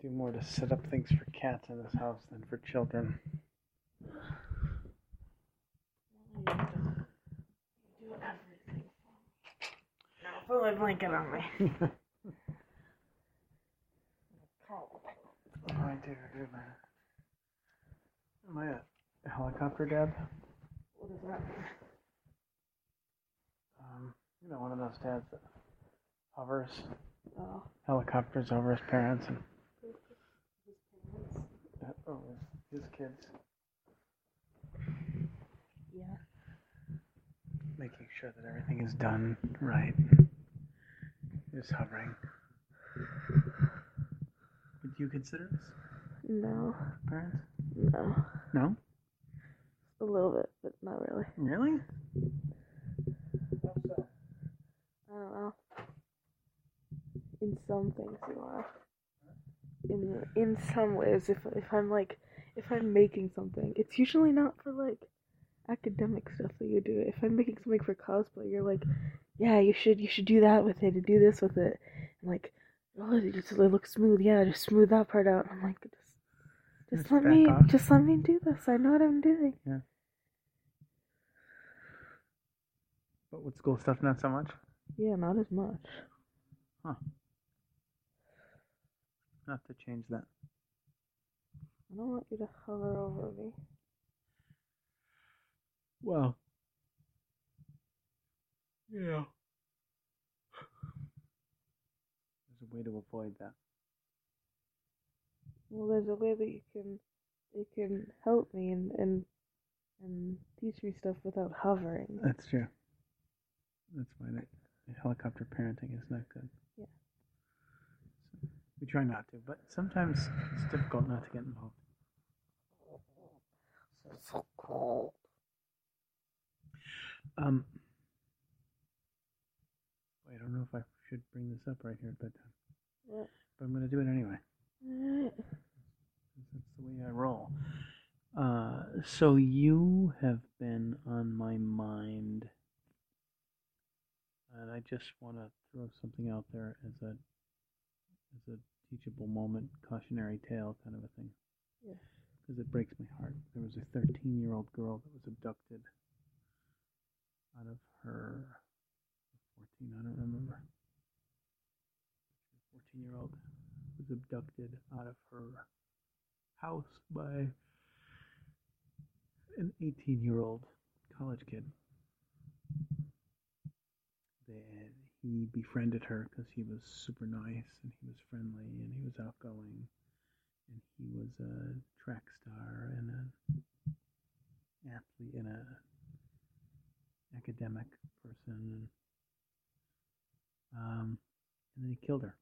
do more to set up things for cats in this house than for children. uh, I'll put my blanket on me. Oh, Cold. Oh, I do, do that. Am I a helicopter dad? What is that? Um, you know, one of those dads that hovers Oh. helicopters over his parents and uh, over his kids, Yeah. making sure that everything is done right. Just hovering. Would you consider this No. parents? No. No? A little bit, but not really. Really? I don't know. In some things you are. In in some ways, if if I'm like if I'm making something, it's usually not for like academic stuff that you do. If I'm making something for cosplay, you're like, yeah, you should you should do that with it and do this with it, and like, oh, it, just, it looks smooth. Yeah, just smooth that part out. I'm like, just just Just let back me off. just let me do this. I know what I'm doing. But with school stuff, not so much? Yeah, not as much. I'll have to change that. I don't want you to hover over me. Well, yeah. There's a way to avoid that. Well, there's a way that you can you can help me and and and teach me stuff without hovering. That's true. That's why that helicopter parenting is not good. Yeah. So, we try not to, but sometimes it's difficult not to get involved. So cold. Um, I don't know if I should bring this up right here at bedtime, What? Mm-hmm. but I'm going to do it anyway. That's the way I roll. Uh, so you have been on my mind, and I just want to throw something out there as a as a teachable moment, cautionary tale kind of a thing. Yeah. Because it breaks my heart. There was a 13 year old girl that was abducted out of her 14. I don't remember. 14 year old was abducted out of her house by an 18 year old college kid. That he befriended her because he was super nice and he was friendly and he was outgoing and he was a track star and an athlete and a academic person. Um, and then he killed her.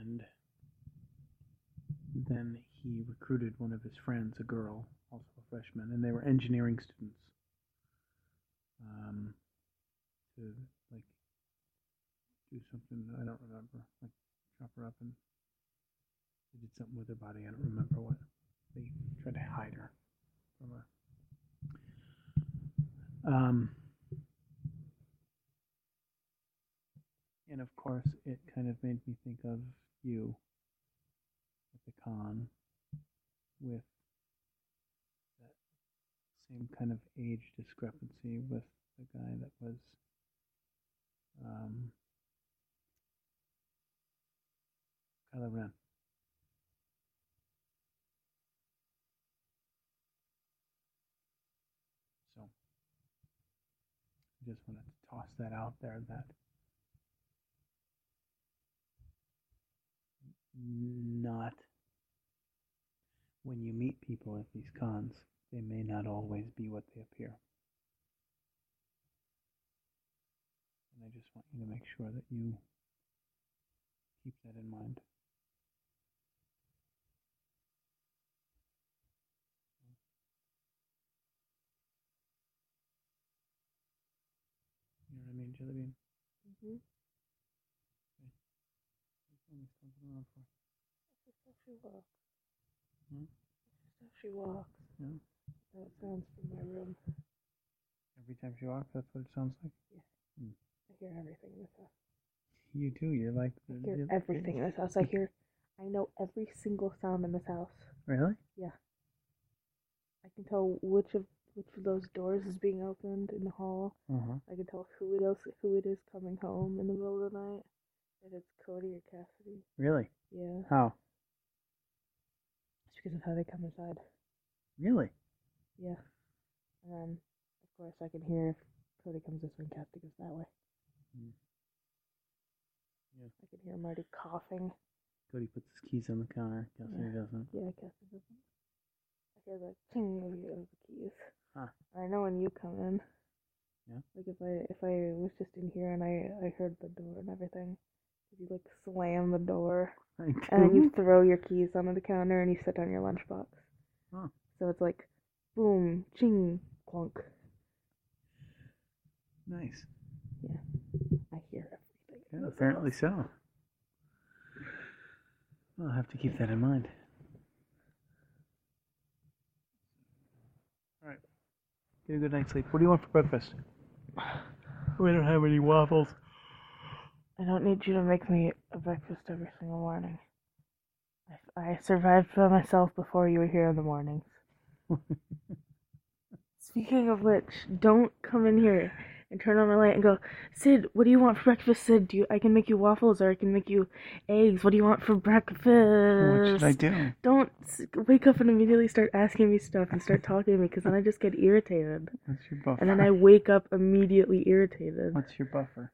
and then he recruited one of his friends, a girl, also a freshman, and they were engineering students. Um, to like do something I don't remember, like chop her up and they did something with her body. I don't remember what. They tried to hide her from her. Um, And of course, it kind of made me think of you at the con with that same kind of age discrepancy with the guy that was um, Kylo Ren. So I just wanted to toss that out there that not when you meet people at these cons, they may not always be what they appear. And I just want you to make sure that you keep that in mind. You know what I mean, Jelly Bean? hmm How long has it been around for? How she walks. Hmm? How she walks. Yeah. That sounds from my room. Every time she walks, that's what it sounds like. Hmm. I hear everything in this house. You too. You're like I the- hear you're- everything in this house. I hear. I know every single sound in this house. Really? I can tell which of which of those doors is being opened in the hall. Uh huh. I can tell who it is who it is coming home in the middle of the night. If it's Cody or Cassidy. Really? Yeah. How? It's because of how they come inside. Really? Yeah. And then, of course, I can hear if Cody comes this way and Cassidy goes that way. Mm. Yeah. I can hear Marty coughing. Cody puts his keys on the counter. Guess Yeah. he doesn't. Yeah, Cassidy doesn't. I hear the ting of the of the keys. Huh. I know when you come in. Yeah? Like if I if I was just in here and I I heard the door and everything, you like slam the door I and then you do. throw your keys onto the counter and you set down your lunchbox. Huh. So it's like, boom, ching, clunk. Nice. I hear everything. Yeah, apparently so. Well, I'll have to keep that in mind. All right. Get a good night's sleep. What do you want for breakfast? We don't have any waffles. I don't need you to make me a breakfast every single morning. I, I survived by myself before you were here in the mornings. Speaking of which, don't come in here and turn on my light and go, Sid, what do you want for breakfast? Sid, do you, I can make you waffles or I can make you eggs. What do you want for breakfast? What should I do? Don't s- wake up and immediately start asking me stuff and start talking to me because then I just get irritated. What's your buffer? And then I wake up immediately irritated. What's your buffer?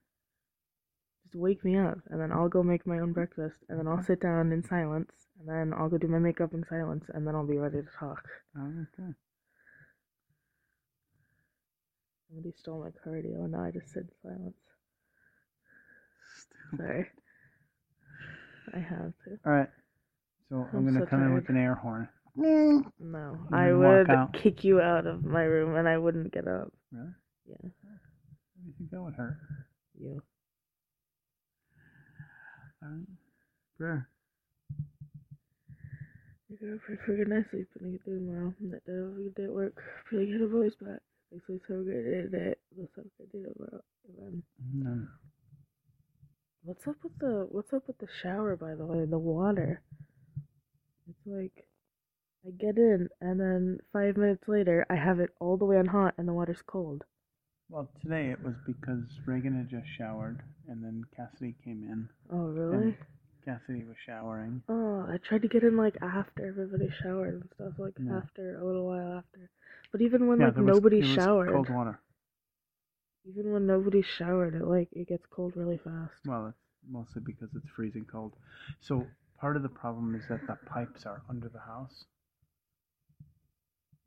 Just wake me up and then I'll go make my own breakfast and then I'll sit down in silence and then I'll go do my makeup in silence and then I'll be ready to talk. Okay. Somebody stole my cardio and now I just sit in silence. Sorry. I have to. All right. So I'm, I'm gonna so come in tired. with an air horn. No. You I would walk would out. kick you out of my room and I wouldn't get up. Really? Yeah. I don't think that would hurt. You. All right. Prayer. You're gonna pray for a good night's sleep and a good day tomorrow. And that day have a good day at work. Pray to get a voice back. Like, please have a great day today. Let's have a great day tomorrow. Amen. No. What's up with the What's up with the shower? By the way, the water. It's like I get in, and then five minutes later, I have it all the way on hot, and the water's cold. Well, today it was because Reagan had just showered, and then Cassidy came in. Oh really? Cassidy was showering. Oh, I tried to get in like after everybody showered and stuff, like Yeah. after a little while after. But even when like there was- nobody there was showered, Cold water. even when nobody showered, it like it gets cold really fast. Well, it's mostly because it's freezing cold. So part of the problem is that the pipes are under the house.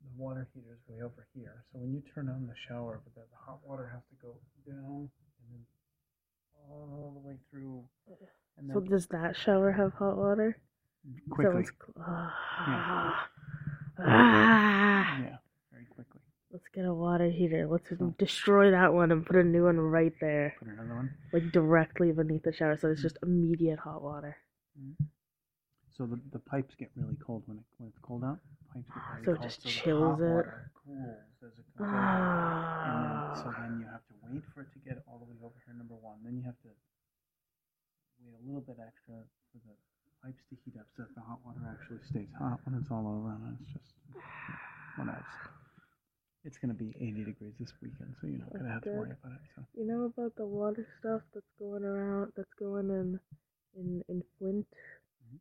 The water heater is way over here. So when you turn on the shower, but the, the hot water has to go down and then all the way through, and So then does that shower have hot water? That quickly. one's cl- Ah. Yeah, very quickly. Let's get a water heater. Let's destroy that one and put a new one right there, Put another one. like directly beneath the shower, so it's just immediate hot water. So the, the pipes get really cold when it when it's cold out. Pipes get really Ah, So it cold, just the chills hot it. Water cools as it comes over. And Ah. then, so then you have to wait for it to get all the way over here. Number one, then you have to wait a little bit extra for the pipes to heat up so that the hot water actually stays hot when it's all over. And it's just whatever. It's gonna be 80 degrees this weekend, so you're not gonna have to worry about it. So You know about the water stuff that's going around, that's going in, in in Flint. Mhm.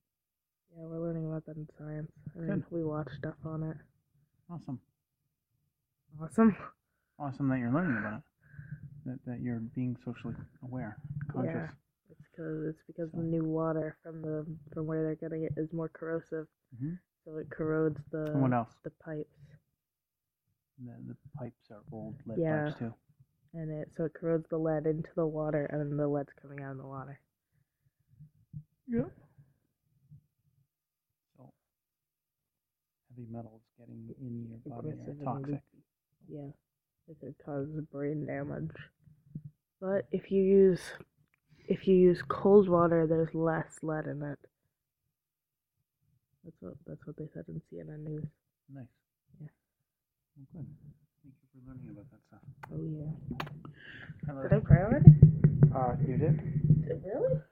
Yeah, we're learning about that in science. I mean, Good. we watch stuff on it. awesome, Awesome. awesome that you're learning about it. That that you're being socially aware, conscious. Yeah. It's because it's because So- the new water from the from where they're getting it is more corrosive, hmm so it corrodes the And what else? the pipes. And then the pipes are old lead Yeah. pipes too. and it so it corrodes the lead into the water, and then the lead's coming out of the water. Yep. So heavy metals getting in your body Aggressive are and toxic. leaky. Yeah, it could cause brain damage. But if you use if you use cold water, there's less lead in it. That's what that's what they said in CNN News. Nice. Yeah. Well, good. Thank you for learning about that stuff. Oh yeah. Hello. Did I pray already? Uh, You did? Really?